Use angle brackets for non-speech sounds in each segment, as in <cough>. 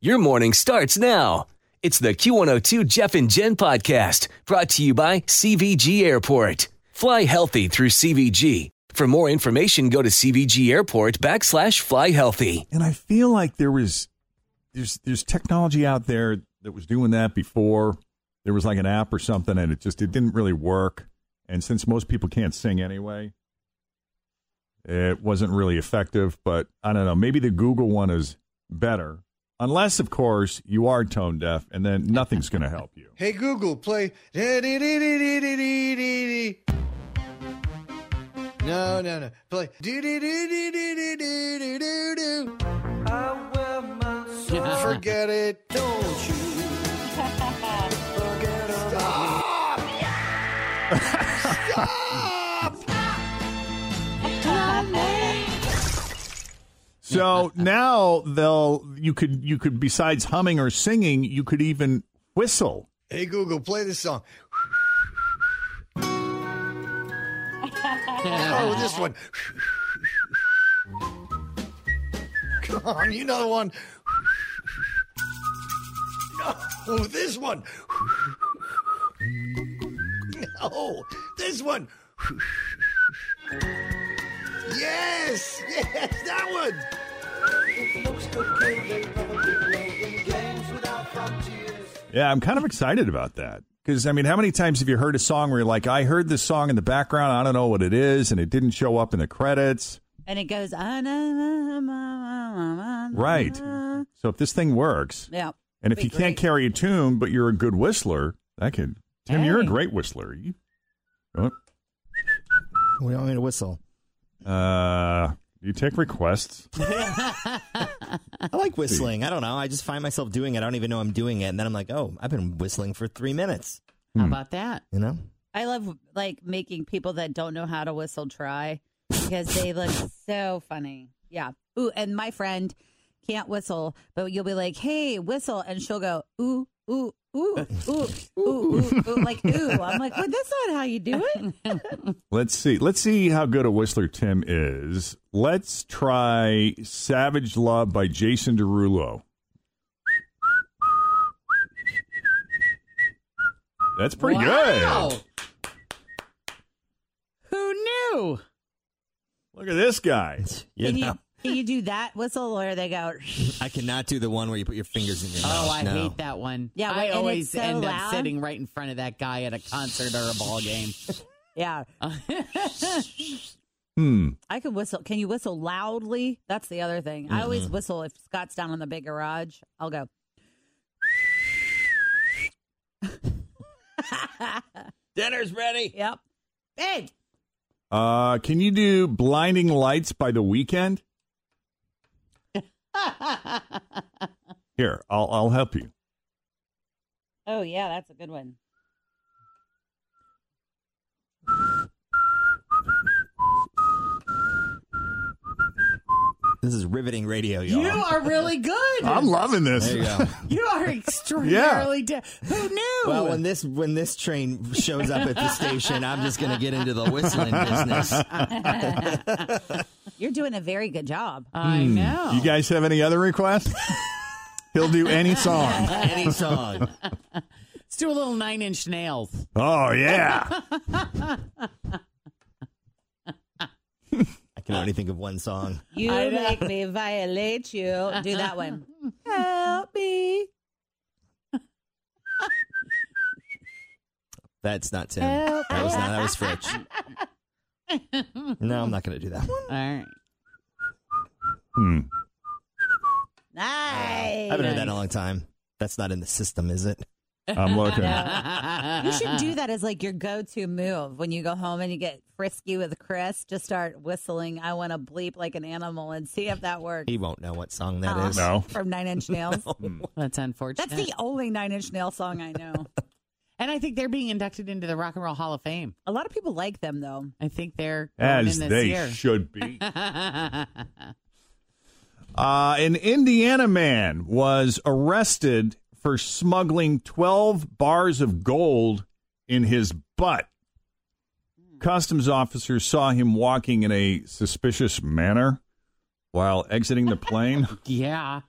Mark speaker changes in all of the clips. Speaker 1: Your morning starts now. It's the Q102 Jeff and Jen podcast brought to you by CVG Airport. Fly healthy through CVG. For more information, go to CVG Airport backslash fly healthy.
Speaker 2: and I feel like there was there's there's technology out there that was doing that before. There was like an app or something, and it just it didn't really work. And since most people can't sing anyway, it wasn't really effective. But I don't know. Maybe the Google one is better, unless of course you are tone deaf, and then nothing's going to help you.
Speaker 3: Hey Google, play. No, no, no. Play. Forget it, don't you? Forget about me.
Speaker 2: <laughs> So now they'll you could you could besides humming or singing, you could even whistle.
Speaker 3: Hey Google, play this song. oh, this one. Come on, you know the one. No, this one. No, this one. Yes, yes, that one.
Speaker 2: Yeah, I'm kind of excited about that. Because, I mean, how many times have you heard a song where you're like, I heard this song in the background, I don't know what it is, and it didn't show up in the credits?
Speaker 4: And it goes, "Ah, na, na, na, na, na, na."
Speaker 2: Right. So if this thing works,
Speaker 4: Um, Yeah.
Speaker 2: and if
Speaker 4: Uh-huh. Be
Speaker 2: you can't
Speaker 4: great.
Speaker 2: carry a tune, but you're a good whistler, that could. Tim, you're a
Speaker 4: Hey.
Speaker 2: great whistler. You, oh, what?
Speaker 3: What do you want me to whistle?
Speaker 2: Uh, you take requests.
Speaker 5: I like whistling. I don't know. I just find myself doing it. I don't even know I'm doing it. And then I'm like, oh, I've been whistling for three minutes.
Speaker 4: How about that?
Speaker 5: Hmm. You know?
Speaker 4: I love like making people that don't know how to whistle try because
Speaker 5: <laughs>
Speaker 4: they look so funny. Yeah. Ooh, and my friend can't whistle, but you'll be like, "Hey, whistle," and she'll go, "Ooh, ooh, ooh, ooh, ooh, ooh, ooh," like ooh. I'm like, "Well, that's not how you do
Speaker 6: <laughs>
Speaker 4: it."
Speaker 2: Let's see. Let's see how good a whistler Tim is. Let's try Savage Love by Jason Derulo. That's pretty good.
Speaker 4: Who knew?
Speaker 2: Look at this guy.
Speaker 5: You
Speaker 4: can,
Speaker 5: know?
Speaker 4: you, can you do that whistle or they go?
Speaker 5: I cannot do the one where you put your fingers in your mouth.
Speaker 6: Oh, I
Speaker 5: No.
Speaker 6: hate that one.
Speaker 4: Yeah,
Speaker 6: I
Speaker 4: and it's
Speaker 6: always
Speaker 4: so
Speaker 6: end
Speaker 4: loud.
Speaker 6: up sitting right in front of that guy at a concert or a ball game. <laughs>
Speaker 4: Yeah,
Speaker 2: Hmm.
Speaker 4: I can whistle. Can you whistle loudly? That's the other thing. I always
Speaker 6: Mm-hmm.
Speaker 4: whistle if Scott's down in the big garage. I'll go. <laughs>
Speaker 6: Dinner's ready.
Speaker 4: Yep. Big.
Speaker 2: Uh, can you do Blinding Lights by The Weekend? Here, I'll I'll help you.
Speaker 4: <laughs> Oh yeah, that's a good one.
Speaker 5: This is riveting radio, y'all.
Speaker 6: You are really good.
Speaker 2: I'm loving this.
Speaker 5: there you
Speaker 2: <laughs>
Speaker 5: go.
Speaker 6: you are extraordinarily da- Who knew?
Speaker 5: Well, when this when this train shows up at the station, I'm just going to get into the <laughs> whistling business.
Speaker 4: You're doing a very good job.
Speaker 6: Hmm. I know.
Speaker 5: Oh.
Speaker 2: You guys have any other
Speaker 5: <laughs>
Speaker 2: requests? He'll do any song.
Speaker 5: Any song.
Speaker 6: Let's do a little nine inch nails.
Speaker 2: Oh yeah.
Speaker 6: <laughs>
Speaker 5: I can only think of one song.
Speaker 4: <laughs> You make me violate you. Do that one. Help.
Speaker 5: That's not Tim. That was not. That was Fritch. No, I'm not going to do that one.
Speaker 6: All right.
Speaker 2: Hmm.
Speaker 5: I
Speaker 4: Nice.
Speaker 5: haven't heard that in a long time. That's not in the system, is it?
Speaker 2: I'm looking.
Speaker 4: You should
Speaker 6: <laughs>
Speaker 4: do that as like your go-to move when you go home and you get frisky with Chris. Just start whistling. I want to bleep like an animal and see if that works.
Speaker 5: He won't know what song that
Speaker 4: Uh-uh.
Speaker 5: is.
Speaker 2: No.
Speaker 4: From
Speaker 6: <laughs>
Speaker 4: Nine Inch Nails.
Speaker 6: That's unfortunate.
Speaker 4: That's the only Nine Inch Nail song I know.
Speaker 6: <laughs> and I think they're being inducted into the Rock and Roll Hall of Fame.
Speaker 4: A lot of people like them though.
Speaker 6: I think they're going
Speaker 2: As
Speaker 6: in this
Speaker 2: they
Speaker 6: year.
Speaker 2: should
Speaker 6: <laughs>
Speaker 2: be. Uh, an Indiana man was arrested for smuggling 12 bars of gold in his butt. Customs officers saw him walking in a suspicious manner while exiting the plane.
Speaker 6: yeah.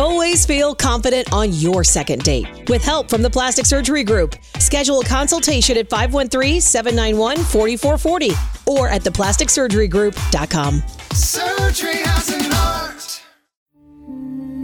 Speaker 7: Always feel confident on your second date. With help from the Plastic Surgery Group, schedule a consultation at 513-791-4440 or at theplasticsurgerygroup.com.
Speaker 8: Surgery has an art.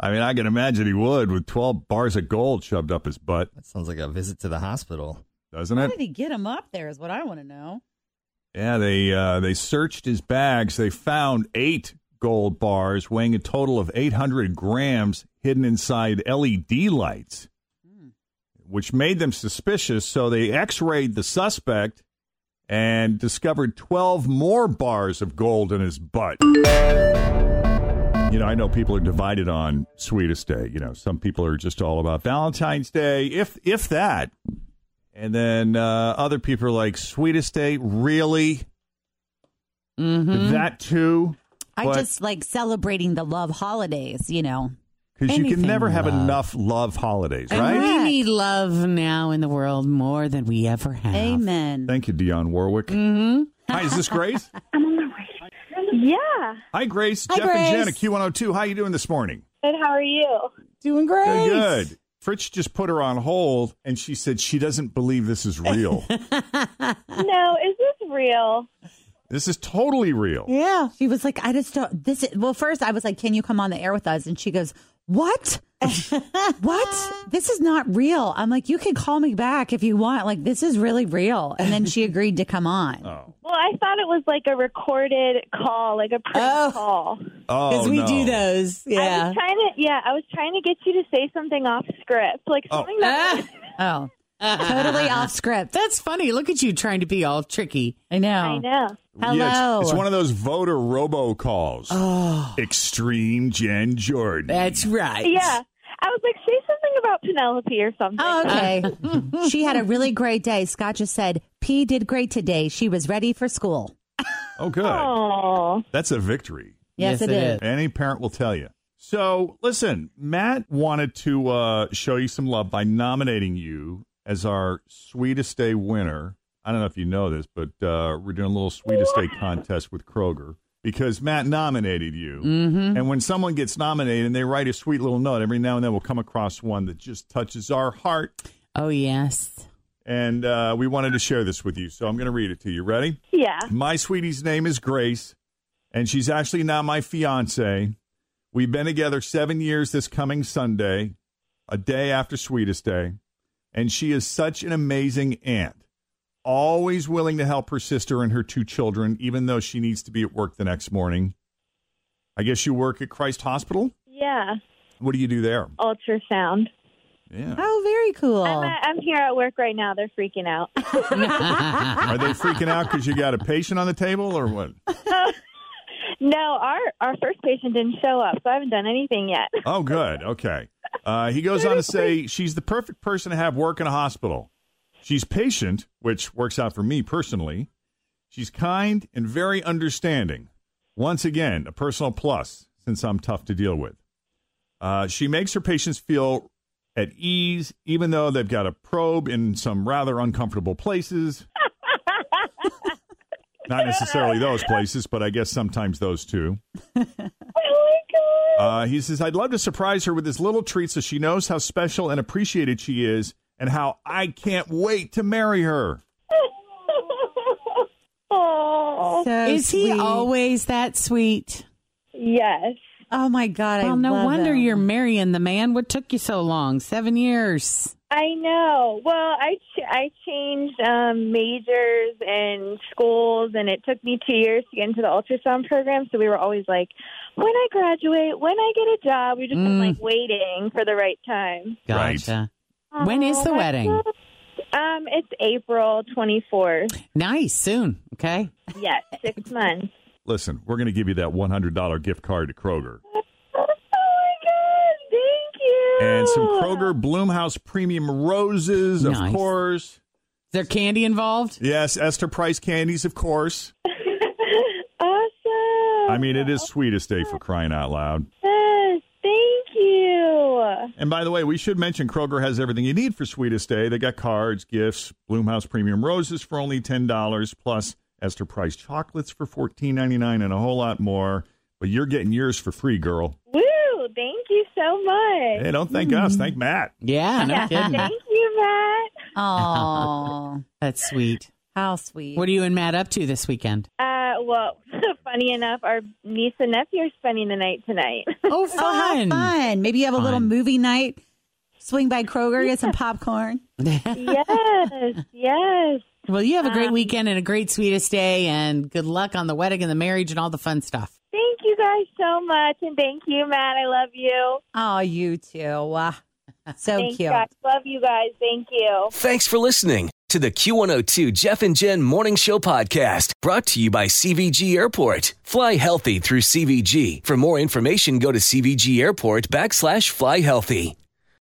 Speaker 2: I mean, I can imagine he would with 12 bars of gold shoved up his butt,
Speaker 5: That sounds like a visit to the hospital.
Speaker 2: doesn't
Speaker 4: How
Speaker 2: it?
Speaker 4: did he get him up there? Is what I want to know.
Speaker 2: Yeah, they uh, they searched his bags. They found eight gold bars weighing a total of 800 grams hidden inside LED lights, which made them suspicious. So they x-rayed the suspect and discovered 12 more bars of gold in his butt. You know, I know people are divided on sweetest day. You know, some people are just all about Valentine's Day, if if that. And then uh, other people are like, sweetest day, really?
Speaker 6: Mm-hmm.
Speaker 2: That too?
Speaker 4: I just like celebrating the love holidays. You know.
Speaker 2: Because you can
Speaker 6: anything
Speaker 2: never have
Speaker 6: love.
Speaker 2: enough love holidays,
Speaker 6: And
Speaker 2: right?
Speaker 6: we need love now in the world more than we ever have.
Speaker 4: Amen.
Speaker 2: Thank you, Dionne Warwick.
Speaker 6: Mm-hmm.
Speaker 2: Hi,
Speaker 6: <laughs>
Speaker 2: is this Grace?
Speaker 9: I'm on my way. Yeah.
Speaker 2: Hi, Grace.
Speaker 4: Hi,
Speaker 2: Jeff and Jen at
Speaker 4: Grace.
Speaker 2: Q102. How you doing this morning?
Speaker 9: Good. How are you?
Speaker 6: Doing great.
Speaker 2: Good, good. Fritz just put her on hold, and she said she doesn't believe this is real.
Speaker 9: no, is this real?
Speaker 2: this is totally real.
Speaker 4: Yeah. She was like, I just don't. This is, well, first I was like, can you come on the air with us? And she goes, what?
Speaker 6: <laughs>
Speaker 4: what? This is not real. I'm like, you can call me back if you want. Like, this is really real. And then she agreed to come on.
Speaker 2: Oh,
Speaker 9: Well, I thought it was like a recorded call, like a prank
Speaker 6: Oh.
Speaker 9: call.
Speaker 2: oh,
Speaker 6: Because we
Speaker 2: no.
Speaker 6: do those.
Speaker 9: I
Speaker 6: Yeah.
Speaker 9: was trying to, yeah, I was trying to get you to say something off script, like
Speaker 2: Oh.
Speaker 9: something
Speaker 4: <laughs>
Speaker 9: that.
Speaker 4: Oh, totally off script.
Speaker 6: That's funny. Look at you trying to be all tricky.
Speaker 4: I know.
Speaker 9: I know.
Speaker 2: Yeah, it's-
Speaker 4: Hello.
Speaker 2: it's, one of those voter robocalls.
Speaker 6: Oh,
Speaker 2: Extreme Jen Jordan.
Speaker 6: that's right.
Speaker 9: Yeah, I was like, say something about Penelope or something.
Speaker 4: Oh, okay. <laughs> she had a really great day. Scott just said, P did great today. She was ready for school.
Speaker 2: oh, good.
Speaker 9: Oh,
Speaker 2: That's a victory.
Speaker 4: Yes,
Speaker 6: Yes,
Speaker 4: it
Speaker 6: it
Speaker 4: is.
Speaker 6: is.
Speaker 2: Any parent will tell you. So, listen, Matt wanted to uh, show you some love by nominating you as our Sweetest Day winner. I don't know if you know this, but uh, we're doing a little Sweetest Day contest with Kroger because Matt nominated you.
Speaker 6: Mm-hmm.
Speaker 2: And when someone gets nominated and they write a sweet little note, every now and then we'll come across one that just touches our heart.
Speaker 6: Oh, yes.
Speaker 2: And uh, we wanted to share this with you. So, I'm going to read it to you. Ready?
Speaker 9: yeah.
Speaker 2: My sweetie's name is Grace, and she's actually now my fiance. We've been together seven years this coming Sunday, a day after Sweetest Day, and she is such an amazing aunt, always willing to help her sister and her two children, even though she needs to be at work the next morning. I guess you work at Christ Hospital.
Speaker 9: Yeah, Oh.
Speaker 2: What do you do there?
Speaker 9: ultrasound.
Speaker 2: Yeah.
Speaker 4: Oh, very cool.
Speaker 9: I'm, at, I'm here at work right now. They're freaking out.
Speaker 2: Are they freaking out because you got a patient on the table or what?
Speaker 9: no, our our first patient didn't show up, so I haven't done anything yet. <laughs>
Speaker 2: Oh, good. Okay. Uh, he goes on to say she's the perfect person to have work in a hospital. She's patient, which works out for me personally. She's kind and very understanding. Once again, a personal plus since I'm tough to deal with. Uh, she makes her patients feel at ease, even though they've got a probe in some rather uncomfortable places. Not necessarily those places, but I guess sometimes those too. Uh, he says, I'd love to surprise her with this little treat so she knows how special and appreciated she is and how I can't wait to marry her.
Speaker 4: Oh,
Speaker 5: is he always that sweet?
Speaker 4: Yes.
Speaker 10: Oh my God!
Speaker 5: Well,
Speaker 10: I
Speaker 5: no
Speaker 10: love
Speaker 5: wonder
Speaker 10: him.
Speaker 5: you're marrying the man. What took you so long? Seven years.
Speaker 4: I know. Well, I ch- I changed um, majors and schools, and it took me two years to get into the ultrasound program. So we were always like, when I graduate, when I get a
Speaker 5: Mm.
Speaker 4: job, we've just been like waiting for the right time.
Speaker 5: Gotcha. When is the
Speaker 4: Oh, my
Speaker 5: wedding?
Speaker 4: God. Um, it's April twenty fourth.
Speaker 5: Nice. Soon. Okay.
Speaker 4: Yes,
Speaker 5: <laughs>
Speaker 4: six months.
Speaker 2: Listen, we're going to give you that $100 gift card to Kroger
Speaker 4: Oh, Thank you.
Speaker 2: and some Kroger Bloomhouse Premium Roses, of
Speaker 5: Ah. Nice.
Speaker 2: course. Is
Speaker 5: there candy involved?
Speaker 2: Yes, Esther Price candies, of course.
Speaker 4: <laughs> awesome.
Speaker 2: I mean, it is sweetest day for crying out loud.
Speaker 4: Yes, thank you.
Speaker 2: And by the way, we should mention Kroger has everything you need for Sweetest Day. They got cards, gifts, Bloomhouse Premium Roses for only $10, plus Esther Price chocolates for $14.99 and a whole lot more. But you're getting yours for free, girl.
Speaker 4: Woo! Thank you so much.
Speaker 2: Hey, don't thank us. Thank Matt.
Speaker 5: Yeah, no kidding.
Speaker 4: Thank you, Matt.
Speaker 10: Oh,
Speaker 5: <laughs> That's sweet.
Speaker 10: how sweet.
Speaker 5: What are you and Matt up to this weekend?
Speaker 4: Uh, well, <laughs> funny enough, our niece and nephew are spending the night tonight.
Speaker 5: Oh,
Speaker 4: <laughs>
Speaker 10: fun. fun. Maybe you have a little
Speaker 5: Fun.
Speaker 10: movie night. Swing by Kroger, get some
Speaker 5: <laughs>
Speaker 10: popcorn.
Speaker 4: yes, yes. Um,
Speaker 5: Well, you have a great weekend and a great sweetest day, and good luck on the wedding and the marriage and all the fun stuff.
Speaker 4: Thank you guys so much, and thank you, Matt. I love you.
Speaker 10: Oh, you too. Wow. So
Speaker 4: Thanks,
Speaker 10: cute.
Speaker 4: guys. Love you guys. Thank you.
Speaker 1: Thanks for listening to the Q102 Jeff and Jen Morning Show podcast brought to you by CVG Airport. Fly healthy through CVG. For more information, go to CVG Airport backslash fly healthy.